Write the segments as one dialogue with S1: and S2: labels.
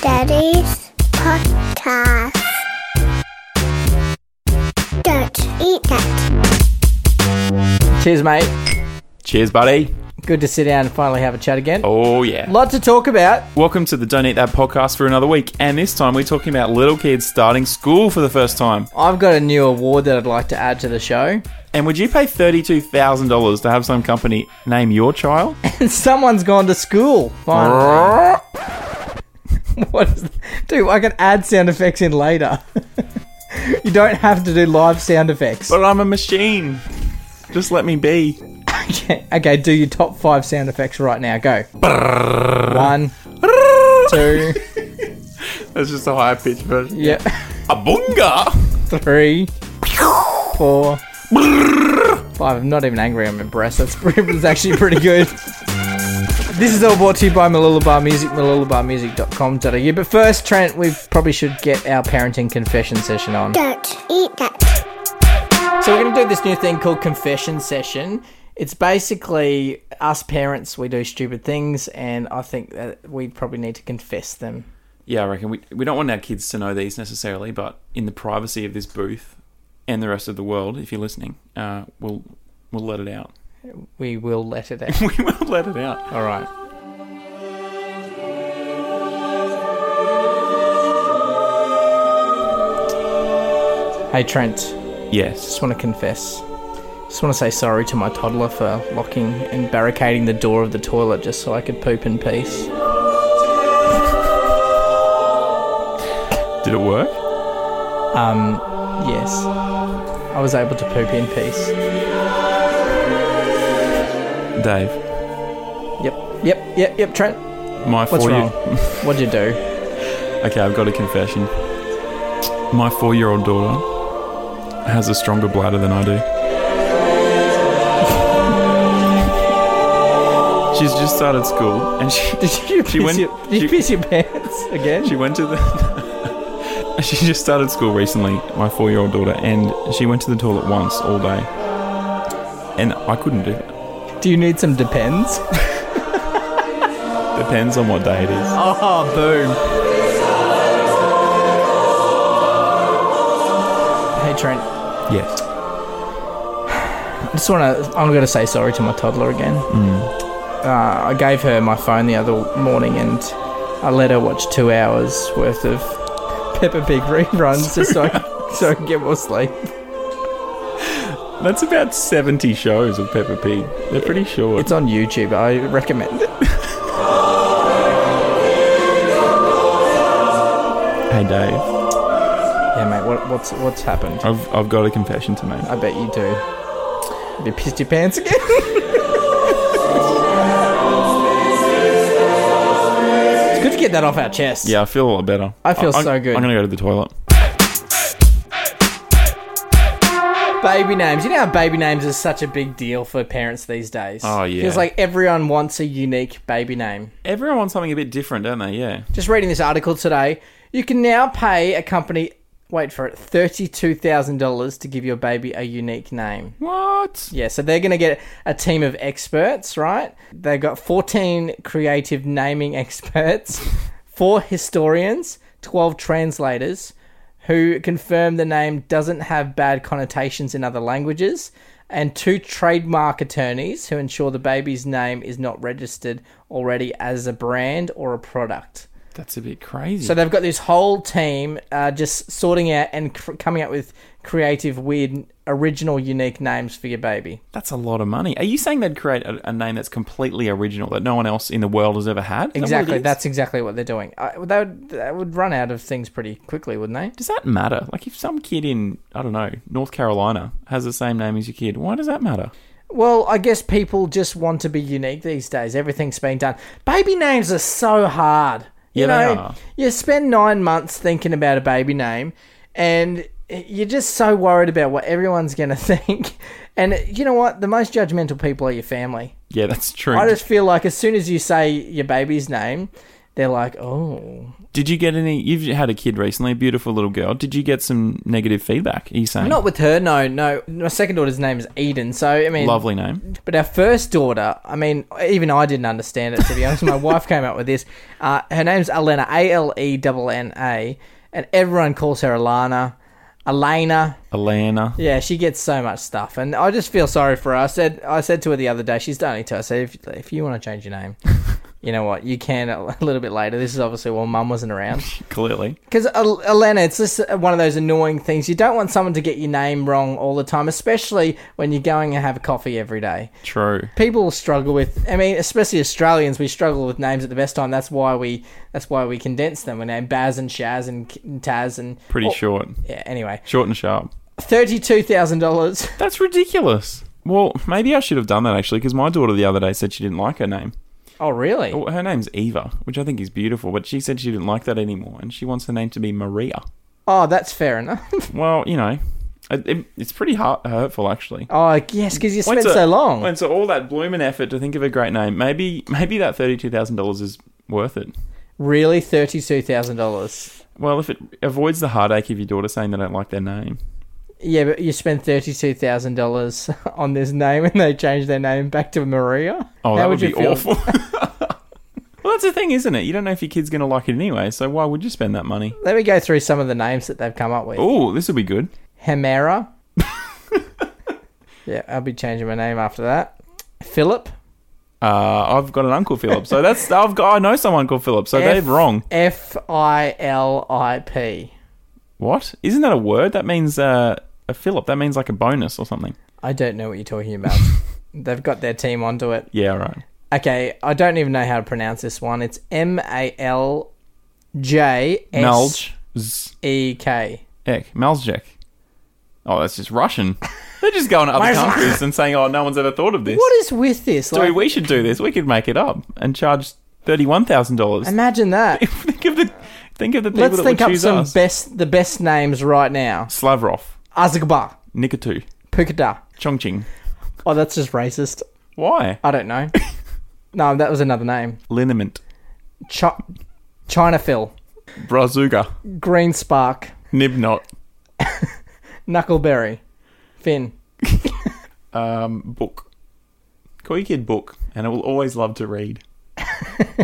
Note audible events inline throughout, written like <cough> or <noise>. S1: Daddy's podcast. Don't eat that.
S2: Cheers, mate.
S3: Cheers, buddy.
S2: Good to sit down and finally have a chat again.
S3: Oh, yeah.
S2: Lot to talk about.
S3: Welcome to the Don't Eat That podcast for another week. And this time we're talking about little kids starting school for the first time.
S2: I've got a new award that I'd like to add to the show. <laughs>
S3: And would you pay $32,000 to have some company name your child?
S2: Someone's gone to school. Fine.
S3: That's
S2: <laughs> What is Dude, I can add sound effects in later. <laughs> you don't have to do live sound effects.
S3: But I'm a machine. Just let me be.
S2: <laughs> Okay, okay, do your top five sound effects right now. Go. One, two,
S3: That's just a high pitched version.
S2: yep,
S3: A bunga!
S2: <laughs> three, four, five. I'm not even angry. I'm impressed. That's, <laughs> pretty, that's actually pretty good. This is all brought to you by Malula Bar Music, malulabarmusic.com.au. But first, Trent, we probably should get our parenting confession session on.
S1: Don't eat that.
S2: So we're going to do this new thing called confession session. It's basically us parents, we do stupid things, and I think that we probably need to confess them.
S3: Yeah, I reckon we, we don't want our kids to know these necessarily, but in the privacy of this booth and the rest of the world, if you're listening, uh, we'll, we'll let it out.
S2: We will let it out.
S3: <laughs> We will let it out.
S2: All right. Hey Trent,
S3: Yes.
S2: just want to confess. Just want to say sorry to my toddler for locking and barricading the door of the toilet just so I could poop in peace.
S3: Did it work?
S2: Um, yes. I was able to poop in peace.
S3: Dave,
S2: Yep, yep, yep, yep, Trent.
S3: my
S2: What's
S3: four <laughs>
S2: wrong?
S3: year
S2: What'd you do? <laughs>
S3: Okay, I've got a confession. My four year old daughter has a stronger bladder than I do. <laughs> She's just started school and she <laughs>
S2: Did you,
S3: She
S2: piss,
S3: went-
S2: your, did you
S3: she-
S2: piss your pants again?
S3: she went to the <laughs> She just started school recently, my four year old daughter, and she went to the toilet once all day. And I couldn't do it.
S2: do you need some depends?
S3: Depends on what day it is.
S2: Oh, boom. Hey, Trent.
S3: Yes.
S2: I just want to. I'm going to say sorry to my toddler again. Uh, I gave her my phone the other morning and I let her watch two hours worth of <laughs> Peppa Pig reruns just so I, <laughs> so I can get more sleep.
S3: That's about 70 shows of Peppa Pig. They're pretty short.
S2: It's on YouTube. I recommend it.
S3: hey, Dave.
S2: Yeah, mate. What, what's what's happened?
S3: I've, I've got a confession to make.
S2: I bet you do. Have you pissed your pants again? <laughs> it's good to get that off our chest.
S3: Yeah, I feel a lot better.
S2: I feel
S3: I'm-
S2: so good.
S3: I'm gonna go to the toilet.
S2: Baby names. You know how baby names is such a big deal for parents these days.
S3: Oh, yeah.
S2: Feels like everyone wants a unique baby name.
S3: Everyone wants something a bit different, don't they? Yeah.
S2: Just reading this article today, you can now pay a company. Wait for it. Thirty-two thousand dollars to give your baby a unique name.
S3: What?
S2: Yeah, so they're going to get a team of experts, right? They've got 14 creative naming <laughs> experts, four historians, 12 translators who confirm the name doesn't have bad connotations in other languages, and two trademark attorneys who ensure the baby's name is not registered already as a brand or a product.
S3: That's a bit crazy.
S2: So they've got this whole team uh, just sorting out and cr- coming up with creative, weird, original, unique names for your baby.
S3: that's a lot of money. Are you saying they'd create a, a name that's completely original that no one else in the world has ever had? Is that what it
S2: Exactly.
S3: is?
S2: That's exactly what they're doing. I, they would they would run out of things pretty quickly, wouldn't they?
S3: Does that matter? Like, if some kid in I don't know North Carolina has the same name as your kid, why does that matter?
S2: Well, I guess people just want to be unique these days. Everything's been done. Baby names are so hard. you
S3: Yeah,
S2: know,
S3: they are.
S2: you spend nine months thinking about a baby name, and you're just so worried about what everyone's going to <laughs> think. And you know what? The most judgmental people are your family.
S3: Yeah, that's true.
S2: I just feel like as soon as you say your baby's name, they're like, oh,
S3: Did you get any? You've had a kid recently, a beautiful little girl. Did you get some negative feedback? Are you saying?
S2: not with her. No, no. My second daughter's name is Eden. So I mean,
S3: Lovely name.
S2: But our first daughter, I mean, even I didn't understand it to be honest. My wife came up with this. Uh, her name's Alena, A L E N N A, and everyone calls her Alana, Elena.
S3: Alana.
S2: Yeah, she gets so much stuff, and I just feel sorry for her. I said, I said to her the other day, she's done it to her. I said, if, if you want to change your name, you know what, you can a <laughs> little bit later. This is obviously while Mum wasn't around.
S3: Clearly.
S2: Because Elena, it's just one of those annoying things. You don't want someone to get your name wrong all the time, especially when you're going and have a coffee every day.
S3: True.
S2: People struggle with. I mean, especially Australians, we struggle with names at the best time. That's why we. That's why we condense them. We name Baz and Shaz and K- and Taz and.
S3: Pretty
S2: Oh,
S3: short.
S2: Yeah. Anyway,
S3: Short and sharp.
S2: thirty-two thousand dollars. <laughs>
S3: That's ridiculous. Well, maybe I should have done that actually, because my daughter the other day said she didn't like her name.
S2: Oh, really?
S3: Well, her name's Eva, which I think is beautiful, but she said she didn't like that anymore, and she wants her name to be Maria.
S2: Oh, that's fair enough. <laughs>
S3: Well, you know, it, it- it's pretty heart- hurtful actually.
S2: Oh, yes, because you
S3: Went
S2: spent
S3: to-
S2: so long.
S3: Went to all that blooming effort to think of a great name. Maybe, maybe that thirty-two thousand dollars is worth it.
S2: Really, thirty-two thousand dollars.
S3: Well, if it avoids the heartache of your daughter saying they don't like their name,
S2: Yeah, but you spend thirty-two thousand dollars <laughs> on this name, and they change their name back to Maria.
S3: oh,
S2: How
S3: that would,
S2: you
S3: be
S2: feel? <laughs>
S3: awful. <laughs> well, that's the thing, isn't it? You don't know if your kid's going to like it anyway, so why would you spend that money?
S2: Let me go through some of the names that they've come up with.
S3: Oh, this will be good.
S2: Hemera. <laughs> yeah, I'll be changing my name after that. Philip.
S3: Uh, I've got an uncle Philip, so that's I've got I know someone called Philip, so they're
S2: F-
S3: wrong.
S2: F I L I P.
S3: What? Isn't that a word? That means uh, a Philip. That means like a bonus or something.
S2: I don't know what you're talking
S3: <laughs>
S2: about. they've got their team onto it.
S3: Yeah, all right.
S2: Okay, I don't even know how to pronounce this one. It's M A L J S
S3: Malj. Z-
S2: E K.
S3: Ek. Maljek. Oh, that's
S2: <laughs>
S3: just Russian. They're just going to other
S2: Where's-
S3: countries and saying, oh, no one's ever thought of this.
S2: What is with this?
S3: Dude,
S2: Like,
S3: we should do this. We could make it up and charge $31,000.
S2: imagine that.
S3: <laughs> think of the think of the people
S2: Let's
S3: that
S2: think
S3: would
S2: up
S3: choose
S2: some
S3: us.
S2: best the best names right now.
S3: Slavrov,
S2: Azagba,
S3: Nikatu,
S2: Pukada.
S3: Chongqing.
S2: Oh, that's just racist.
S3: Why?
S2: I don't
S3: <laughs>
S2: know. no, that was another name.
S3: Liniment,
S2: Ch- China Phil,
S3: Brazuga,
S2: Green Spark,
S3: Nibnot,
S2: Knuckleberry, Finn.
S3: um, Book. Call your kid Book, and it will always love
S2: <laughs>
S3: to read.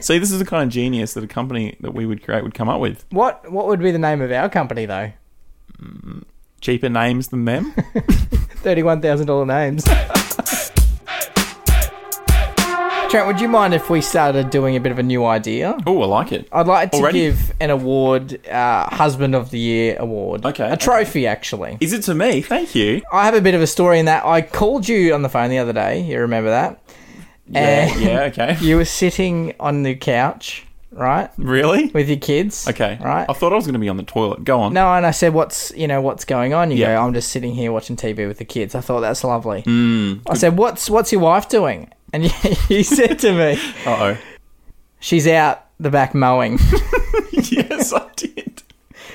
S3: See, this is the kind of genius that a company that we would create would come up with.
S2: What what would be the name of our company though?
S3: Cheaper names than
S2: <laughs>
S3: them.
S2: Thirty-one thousand dollar names. Trent, would you mind if we started doing a bit of a new idea?
S3: oh, I like it.
S2: I'd like to
S3: Already?
S2: give an award, uh, Husband of the Year award.
S3: Okay,
S2: A trophy, actually.
S3: Is it to me? Thank you.
S2: I have a bit of a story in that I called you on the phone the other day. You remember that? Eh.
S3: Yeah,
S2: And
S3: yeah, okay.
S2: <laughs> you were sitting on the couch, right,
S3: Really?
S2: with your kids.
S3: Okay.
S2: Right.
S3: I thought I was going to be on the toilet. Go on.
S2: No, and I said, "What's you know what's going on?" You
S3: Yeah. Mm.
S2: go, "I'm just sitting here watching TV with the kids." I thought that's lovely.
S3: Hmm.
S2: I said, "What's what's your wife doing?" And <laughs> you, you said to me,
S3: Uh oh.
S2: "She's out the back mowing."
S3: <laughs>
S2: <laughs>
S3: yes, I did.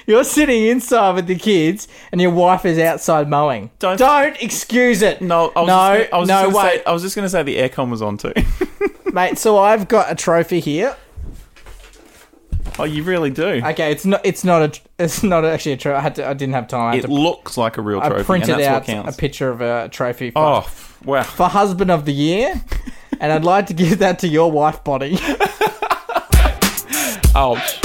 S2: You're sitting inside with the kids, and your wife is outside mowing.
S3: Don't-
S2: excuse it.
S3: No, I was
S2: no,
S3: just gonna, I was
S2: no.
S3: just gonna
S2: wait,
S3: Say, I was just going to say the aircon was on too. <laughs>
S2: <laughs> mate. So I've got a trophy here.
S3: oh, you really do.
S2: Okay, it's not. It's not a. tr- It's not actually a trophy. I had to. I didn't have time. I, had
S3: it
S2: to,
S3: looks like a real trophy,
S2: I printed
S3: and that's
S2: out
S3: what counts.
S2: a picture of a trophy. For
S3: oh, f- wow.
S2: for husband of the <laughs> year, and I'd like to give that to your wife, Bonnie.
S3: Ouch.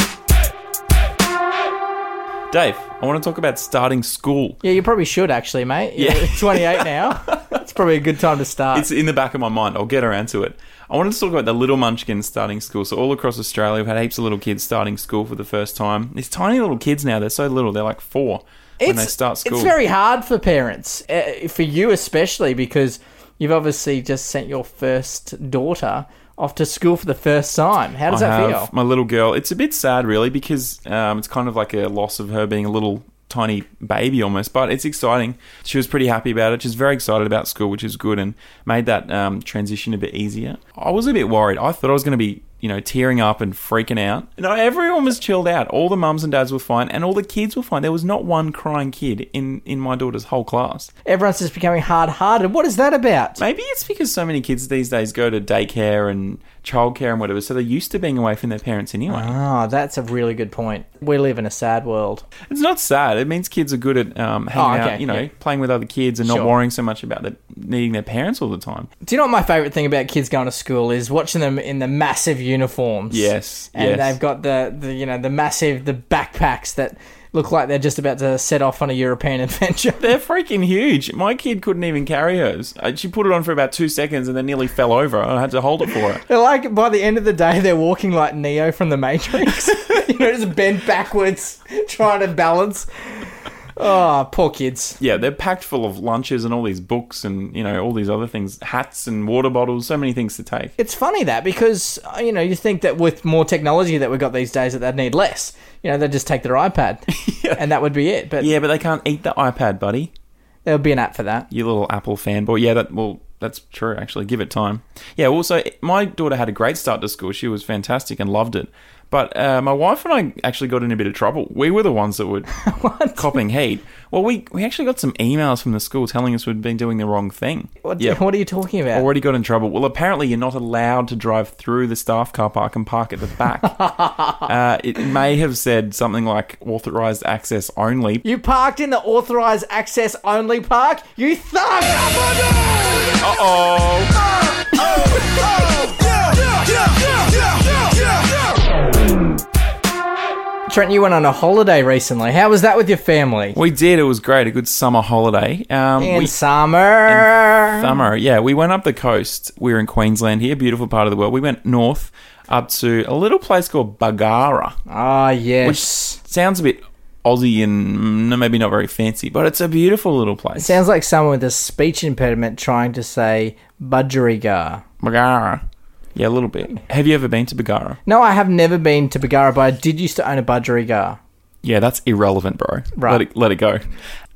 S3: Dave, I want to talk about starting school.
S2: Yeah, you probably should actually, mate. You're <laughs>
S3: Yeah.
S2: 28 now. It's probably a good time to start.
S3: It's in the back of my mind. I'll get around to it. I wanted to talk about the little munchkins starting school. So all across Australia, we've had heaps of little kids starting school for the first time. These tiny little kids now, they're so little. They're like four when they start school.
S2: It's very hard for parents, uh, for you especially, because you've obviously just sent your first daughter off to school for the first time. How does
S3: I
S2: that
S3: have
S2: feel?
S3: my little girl. It's a bit sad, really, because um, it's kind of like a loss of her being a little tiny baby almost. But it's exciting. She was pretty happy about it. She's very excited about school, which is good, and made that um, transition a bit easier. I was a bit worried. I thought I was going to be you know, tearing up and freaking out. No, everyone was chilled out. All the mums and dads were fine, and all the kids were fine. There was not one crying kid in in my daughter's whole class.
S2: Everyone's just becoming hard hearted. What is that about?
S3: Maybe it's because so many kids these days go to daycare and childcare and whatever, so they're used to being away from their parents anyway.
S2: Oh, that's a really good point. We live in a sad world.
S3: It's not sad. It means kids are good at um, hanging
S2: Oh, okay,
S3: out, you know,
S2: yeah.
S3: playing with other kids and
S2: Sure.
S3: not worrying so much about the, needing their parents all the time.
S2: Do you know what my favorite thing about kids going to school is watching them in the massive uniforms?
S3: Yes,
S2: and
S3: yes.
S2: they've got the, the you know the massive the backpacks that look like they're just about to set off on a European <laughs> adventure.
S3: They're freaking huge. My kid couldn't even carry hers. Uh, She put it on for about two seconds and then nearly fell over. I had to hold
S2: <laughs>
S3: it for her.
S2: They're like by the end of the day they're walking like Neo from the Matrix. <laughs> you know, just bent backwards <laughs> trying to balance. Oh, poor kids.
S3: Yeah, they're packed full of lunches and all these books and, you know, all these other things hats and water bottles, so many things to take.
S2: It's funny that because uh, you know you think that with more technology that we've got these days that they'd need less. You know, they'd just take their
S3: <laughs>
S2: iPad and that would be it. But
S3: Yeah, but they can't eat the iPad, buddy.
S2: there would be an app for that.
S3: You little Apple fanboy. Yeah, that well, that's true. Actually, give it time. Yeah. Also, my daughter had a great start to school. She was fantastic and loved it. But uh, my wife and I actually got in a bit of trouble. We were the ones that were
S2: <laughs>
S3: copping heat. Well, we we actually got some emails from the school telling us we'd been doing the wrong thing.
S2: What,
S3: Yeah.
S2: what are you talking about?
S3: <laughs> Already got in trouble. Well, apparently you're not allowed to drive through the staff car park and park at the
S2: <laughs>
S3: back. uh, it may have said something like authorized access only.
S2: <laughs> You parked in the authorized access only park? You thug!
S3: Uh oh.
S2: Trent, you went on a holiday recently. How was that with your family?
S3: We did. It was great. A good summer holiday. Um,
S2: In
S3: we,
S2: summer.
S3: summer. Yeah, we went up the coast. We were in Queensland here, beautiful part of the world. We went north up to a little place called Bagara,
S2: Ah, yes.
S3: which sounds a bit Aussie and mm, maybe not very fancy, but it's a beautiful little place.
S2: Sounds like someone with a speech impediment trying to say budgerigar.
S3: Bagara. Yeah, a little bit. Have you ever been to Bagara?
S2: No, I have never been to Bagara, but I did used to own a budgerigar.
S3: Yeah, that's irrelevant, bro.
S2: Right.
S3: Let it, let it go.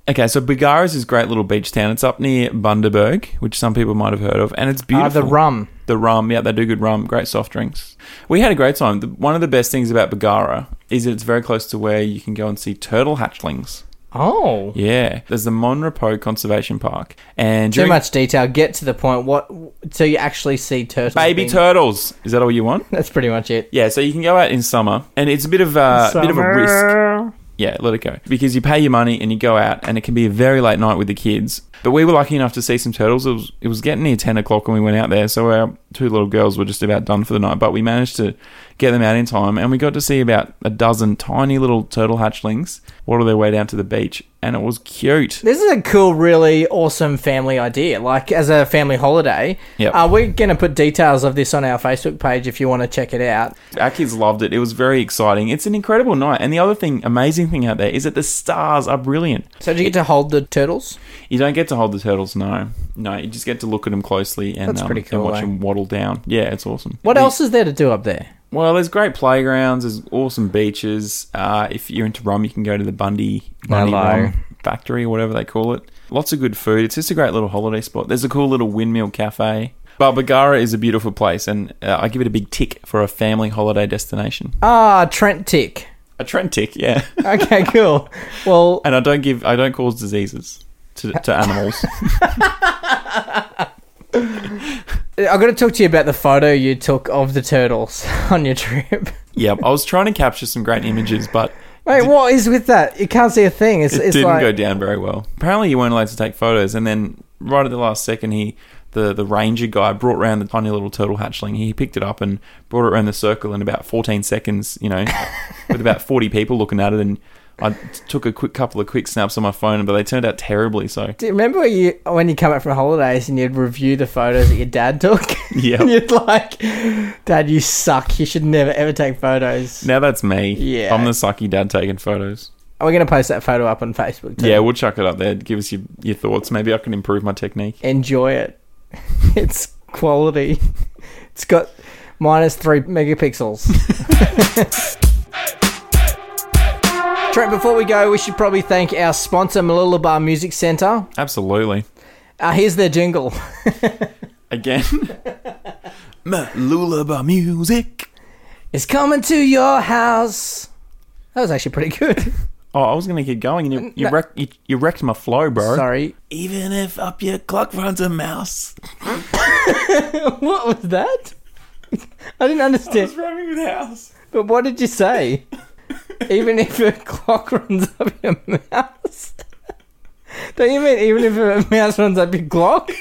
S3: Okay, so Bagara is this great little beach town. It's up near Bundaberg, which some people might have heard of, and it's
S2: Ah,
S3: beautiful.
S2: the rum.
S3: The rum, yeah, they do good rum, great soft drinks. We had a great time. The, one of the best things about Bagara is that it's very close to where you can go and see turtle hatchlings.
S2: Oh.
S3: Yeah, there's the Monrepo Conservation Park, and
S2: Too
S3: during-
S2: much detail. Get to the point. What? So you actually see turtles?
S3: baby
S2: being-
S3: turtles. Is that all you
S2: <laughs>
S3: want?
S2: That's pretty much it.
S3: Yeah, so you can go out in summer, and it's a bit of uh, a bit of a risk. Yeah, let it go. Because you pay your money and you go out, and it can be a very late night with the kids. But we were lucky enough to see some turtles. It was, it was getting near 10 o'clock when we went out there, so our two little girls were just about done for the night. But we managed to get them out in time, and we got to see about a dozen tiny little turtle hatchlings water their way down to the beach, and it was cute.
S2: This is a cool, really awesome family idea. Like as a family holiday,
S3: Yep.
S2: uh, we're going to put details of this on our Facebook page if you want to check it out.
S3: Our kids loved it. It was very exciting. It's an incredible night. And the other thing, amazing thing out there, is that the stars are brilliant.
S2: So, do you get to hold the turtles?
S3: You don't get to hold the turtles, no. No, you just get to look at them closely and,
S2: That's
S3: um,
S2: pretty cool,
S3: and
S2: eh?
S3: watch them waddle down. Yeah, it's awesome.
S2: What
S3: The-
S2: else is there to do up there?
S3: Well, there's great playgrounds. There's awesome beaches. Uh, if you're into rum, you can go to the Bundy, Bundy
S2: Hello.
S3: Rum Factory, or whatever they call it. Lots of good food. It's just a great little holiday spot. There's a cool little windmill cafe. But Bagara is a beautiful place, and uh, I give it a big tick for a family holiday destination.
S2: Ah, Trent Tick.
S3: A trend tick, yeah. <laughs>
S2: Okay, cool. Well,
S3: and I don't give, I don't cause diseases to,
S2: <laughs>
S3: to animals.
S2: I've got to talk to you about the photo you took of the turtles <laughs> on your trip.
S3: yeah, I was trying to capture some great images, but
S2: Wait, what is with that? You can't see a thing. It's,
S3: it
S2: it's
S3: didn't
S2: like
S3: go down very well. Apparently, you weren't allowed to take photos, and then right at the last second, he the the ranger guy brought around the tiny little turtle hatchling. He picked it up and brought it around the circle in about 14 seconds. You
S2: <laughs>
S3: know, with about 40 people looking at it, and I t- took a quick couple of quick snaps on my phone, but they turned out terribly. So <laughs>
S2: Do you remember when you when you come back from holidays and you'd review the photos that your dad took? <laughs>
S3: Yep.
S2: and you'd like, Dad, you suck. You should never ever take photos.
S3: now that's me.
S2: Yeah.
S3: I'm the sucky dad taking photos.
S2: We're gonna post that photo up on Facebook. Too.
S3: Yeah, we'll chuck it up there. Give us your, your thoughts. Maybe I can improve my technique.
S2: Enjoy it. <laughs> it's quality. <laughs> It's got minus three megapixels. <laughs> Trent, before we go, we should probably thank our sponsor, Malulabar Music Centre.
S3: Absolutely.
S2: Uh, here's their <laughs> jingle. <laughs>
S3: <laughs> Again. Lula music.
S2: is coming to your house. That was actually pretty good. <laughs>
S3: Oh, I was going to keep going, and you you,
S2: No.
S3: wreck, you you wrecked my flow, bro.
S2: Sorry.
S3: Even if up your clock runs a mouse.
S2: <laughs> What was that? <laughs> I didn't understand.
S3: rhyming with house.
S2: But what did you say? even if a clock runs up your mouse? Don't you mean even if a mouse runs up your clock? <laughs>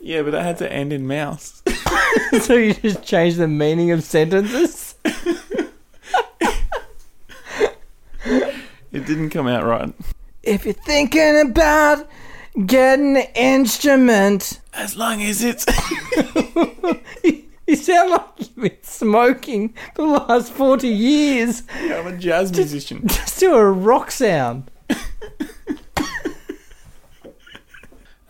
S3: Yeah, but that had to end in mouse. <laughs>
S2: so you just change the meaning of sentences?
S3: It didn't come out right.
S2: If you're thinking about getting an instrument, <laughs>
S3: As long as it's
S2: you sound like you've been smoking for the last 40 years.
S3: <laughs> I'm a jazz musician.
S2: Just do a rock sound.
S3: Are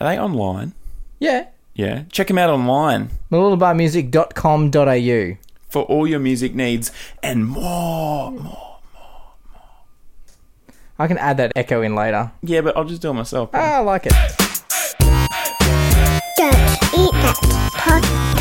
S3: they online?
S2: Yeah.
S3: Yeah. Check them out online
S2: Malulabarmusic.com.au.
S3: for all your music needs and more. more.
S2: I can add that echo in later.
S3: Yeah, but I'll just do it myself.
S2: Ah, I like it.
S1: Don't eat that